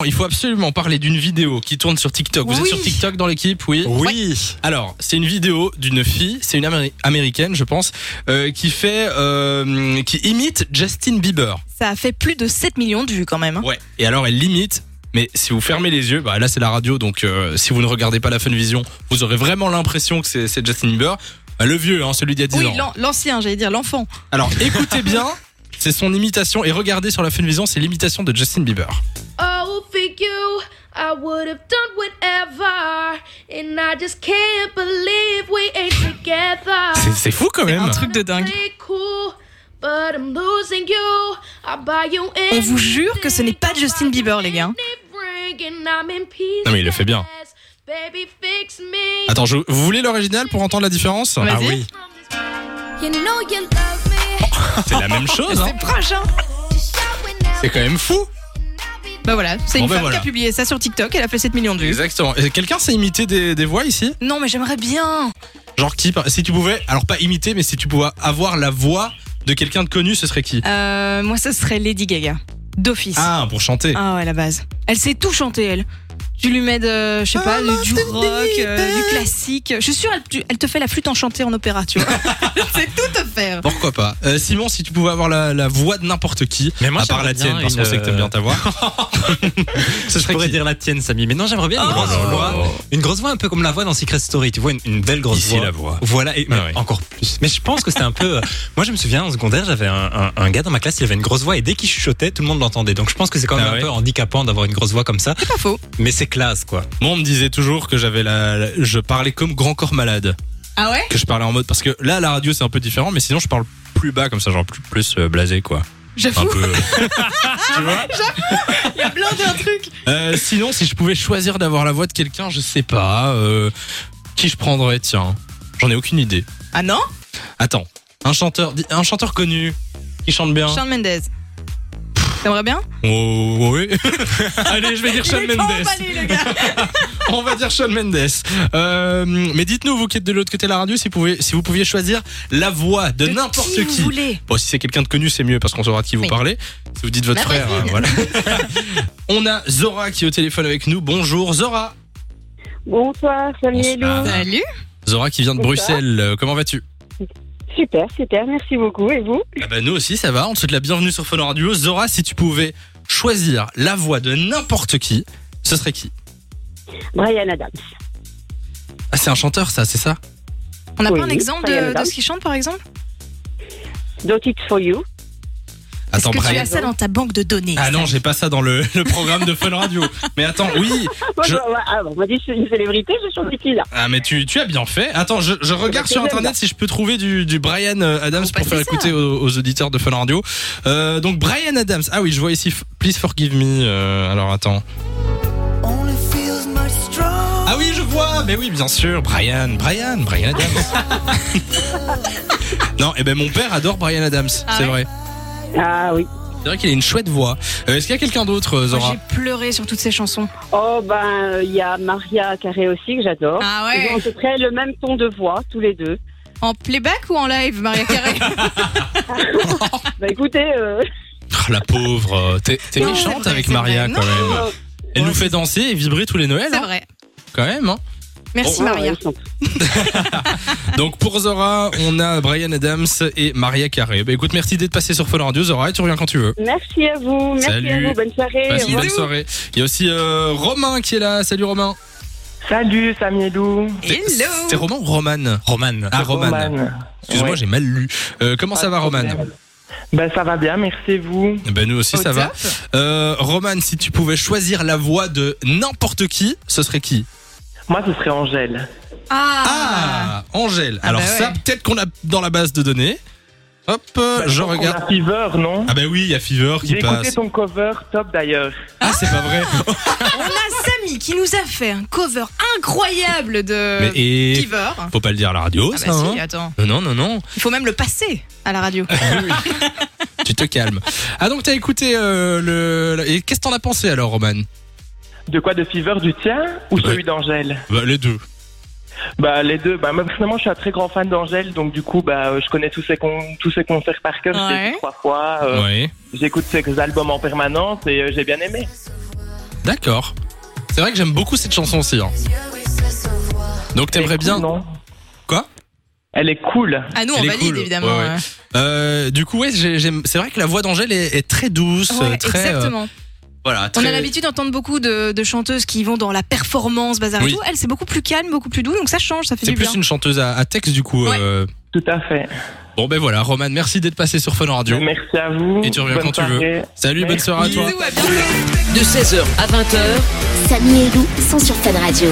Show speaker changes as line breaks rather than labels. Oh, Il faut absolument parler d'une vidéo qui tourne sur TikTok. Vous êtes
Oui.
sur TikTok dans l'équipe, oui
Oui.
Alors, c'est une vidéo d'une fille, c'est une Améri- américaine, je pense, euh, qui fait, euh, qui imite Justin Bieber.
Ça a fait plus de 7 millions de vues quand même. hein.
Ouais. Et alors, elle l'imite. Mais si vous fermez les yeux, bah là c'est la radio, donc euh, si vous ne regardez pas la Funvision, vous aurez vraiment l'impression que c'est c'est Justin Bieber, Bah, le vieux, hein, celui d'il y a 10
Oui,
ans.
l'an- l'ancien, j'allais dire l'enfant.
Alors écoutez bien, c'est son imitation et regardez sur la Funvision, c'est l'imitation de Justin Bieber.
Oh, for you, I would have done whatever. And I just can't believe we ain't together.
C'est- C'est fou quand même.
Ah. Un truc de dingue.
Play cool, but I'm losing you. I buy you
On vous jure que ce n'est pas Justin Bieber, les gars.
Non, mais il le fait bien.
Baby, fix me.
Attends, je- vous voulez l'original pour entendre la différence
Vas-y.
Ah oui.
You know you love me.
C'est la même chose. hein.
C'est proche, hein
Just shout when I
C'est quand même fou.
Bah voilà, c'est
Bon,
une
ben
femme
voilà.
qui a publié ça sur TikTok, elle a fait 7 millions de vues.
Exactement. Et Quelqu'un s'est imité des, des voix ici
Non, mais j'aimerais bien.
Genre qui par- Si tu pouvais, alors pas imiter, mais si tu pouvais avoir la voix de quelqu'un de connu, ce serait qui
Euh, moi, ça serait Lady Gaga, d'office. Ah.
Ah, pour chanter.
ouais, la base. Elle sait tout chanter, elle. Tu lui mets, de, je sais pas, du, du rock, euh, du classique. Je suis sûre, elle, tu- elle te fait la flûte enchantée en opéra, tu vois. c'est tout te faire.
Pourquoi pas Euh, Simon, si tu pouvais avoir la, la voix de n'importe qui,
Mais moi,
à part la
j'aimerais bien
tienne, parce qu'on
une,
sait que t'aimes bien euh, ta voix. ce
Je
serait
pourrais
qui
dire la tienne, Samy, mais non, j'aimerais bien une
Oh.
grosse voix. Une grosse voix un peu comme la voix dans Secret Story, tu vois, une, une belle grosse
Ici,
voix.
la voix.
Voilà, et mais
Ah oui.
encore plus. Mais je pense que c'était un peu. euh, Moi, je me souviens, en secondaire, j'avais un, un- un gars dans ma classe, il avait une grosse voix et dès qu'il chuchotait, tout le monde l'entendait. Donc je pense que c'est quand même
Ah
un
ouais.
peu handicapant d'avoir une grosse voix comme ça,
Pas faux.
mais c'est classe, quoi.
Moi, on me disait toujours que j'avais la, la- je parlais comme grand corps malade,
Ah ouais
que je parlais en mode parce que là, à la radio, c'est un peu différent, mais sinon, je parle plus bas comme ça, genre plus, plus euh, blasé quoi. Un
J'avoue,
peu. euh. tu vois
il y a plein de trucs.
Euh, sinon, si je pouvais choisir d'avoir la voix de quelqu'un, je sais pas. euh, qui je prendrais Tiens, j'en ai aucune idée.
Ah non
Attends, un chanteur, di- un chanteur connu qui chante bien.
Shawn Mendes. T'aimerais bien
Oh, oui. Allez, je vais dire Shawn
Il est pas
Mendes.
emballé, le gars.
On va dire Shawn Mendes. Euh, mais dites-nous, vous qui êtes de l'autre côté de la radio, si, vous pouvez- si vous pouviez choisir la voix de, n'importe qui.
vous voulez.
Bon, si c'est quelqu'un de connu, c'est mieux parce qu'on saura de qui vous
Oui.
parlez. Si vous dites votre
Ma
frère, euh, voilà. On a Zora qui est au téléphone avec nous. Bonjour Zora.
Bonsoir, Samy et
Bonsoir.
Lou.
Bah, Salut.
Zora qui vient de
Bonsoir.
Bruxelles. Euh, Comment vas-tu
Super, super, merci beaucoup. Et vous
Ah bah nous aussi ça va, on te souhaite la bienvenue sur Fun Radio. Zora, si tu pouvais choisir la voix de n'importe qui, ce serait qui
Brian Adams.
Ah c'est un chanteur ça, c'est ça
On n'a
Oui,
pas un exemple
Brian
de, de
Adams.
ce qu'il chante, par exemple
Don't it for you.
Attends,
Est-ce que tu
Brian.
as ça dans ta banque de données
Ah non, j'ai pas ça dans le, le programme de Fun Radio. Mais attends, oui.
Moi,
Je-
je- ah, on m'a dit que c'est une célébrité, je suis qui là.
Ah mais tu, tu as bien fait. Attends, je, je regarde sur internet si je peux trouver du, du Brian euh, Adams
Faut
pour
passer
faire
ça.
écouter aux, aux auditeurs de Fun Radio. Euh, donc Brian Adams. Ah oui, je vois ici. F- Please forgive me. Euh, alors attends.
only feels much stronger.
Ah oui, je vois, mais oui, bien sûr, Brian, Brian, Brian Adams. non, et ben mon père adore Brian Adams,
Ah
c'est
ouais
vrai.
Ah oui.
C'est vrai qu'il a une chouette voix. Euh, Est-ce qu'il y a quelqu'un d'autre, euh,
Moi,
Zora
J'ai pleuré sur toutes ces chansons.
Oh ben, euh, il y a Maria Carré aussi que j'adore.
Ah
Ils ont à peu près le même ton de voix, tous les deux.
En playback ou en live, Maria Carré
Bah écoutez, euh,
Oh, La pauvre, euh, t'es t'es
Non, c'est
méchante
vrai,
avec
c'est
Maria
vrai.
quand même.
euh,
Elle nous fait danser et vibrer tous les Noëls,
C'est
hein,
vrai.
quand même. hein.
Merci,
ouais,
Maria.
ils sont-
Donc pour Zora, on a Brian Adams et Maria Carré. Bah écoute, merci d'être passé sur Fun Radio, Zora, et tu reviens quand tu veux.
Merci à vous, merci
Salut.
à vous, bonne soirée.
Passe
au
une
revoir.
bonne soirée. Il y a aussi euh, Romain qui est là. Salut Romain.
Salut Samielou.
C'est- C'est
Hello
Roman ou Roman
Roman.
Ah, Roman. Excuse-moi,
Ouais.
j'ai mal lu. Euh, comment ça va, Roman
Ben, ça va bien, merci vous.
Eh Ben nous aussi
Au
ça va.
top.
Euh, Roman, si tu pouvais choisir la voix de n'importe qui, ce serait qui
Moi, ce serait Angèle.
Ah,
Angèle.
Ah
Alors
bah ouais.
ça, peut-être qu'on a dans la base de données. Hop, euh, je
On
regarde.
a Fever, non
Ah bah oui, il y a Fever qui
J'ai écouté
passe.
ton cover, top d'ailleurs.
Ah c'est pas vrai.
On a Samy qui nous a fait un cover incroyable
Mais
de
et
Fever.
faut pas le dire à la radio,
Ah
ça.
bah
hein.
si, attends.
Non non non.
Il faut même le passer à la radio.
tu te calmes. Ah donc t'as écouté euh, le et qu'est-ce que t'en as pensé alors, Roman
De quoi De Fever du tien ou
Ouais.
celui d'Angèle
Bah les deux.
Bah les deux. Bah moi, personnellement, je suis un très grand fan d'Angèle, donc du coup, bah euh, je connais tous ses con- tous ses concerts par cœur. Je l'ai
Ouais.
vu trois fois. euh,
Ouais.
J'écoute ses albums en permanence et euh, j'ai bien aimé.
D'accord. C'est vrai que j'aime beaucoup cette chanson aussi. hein. Donc
Elle est
t'aimerais
cool,
bien.
non
Quoi
Elle est cool.
Ah, nous, on
Elle est
valide,
cool.
évidemment.
Ouais,
hein.
ouais. Euh, du coup, ouais, j'ai- j'aime- c'est vrai que la voix d'Angèle est, est très douce,
Ouais,
très. euh,
exactement.
voilà,
On
très-
a l'habitude d'entendre beaucoup de, de chanteuses qui vont dans la performance, bazar
Oui.
et tout. Elle, c'est beaucoup plus calme, beaucoup plus doux, donc ça change, ça fait
C'est
du
plus
bien.
une chanteuse à, à texte du coup.
Ouais.
euh,
Tout à fait.
Bon ben voilà, Roman, merci d'être passé sur Fun Radio.
Merci à vous.
Et tu reviens
Bonne
quand tu veux.
soirée.
Salut, bonne
Merci.
soirée à toi.
Bisous, à bientôt.
De 16h à 20h,
Samy et Lou sont sur Fun Radio.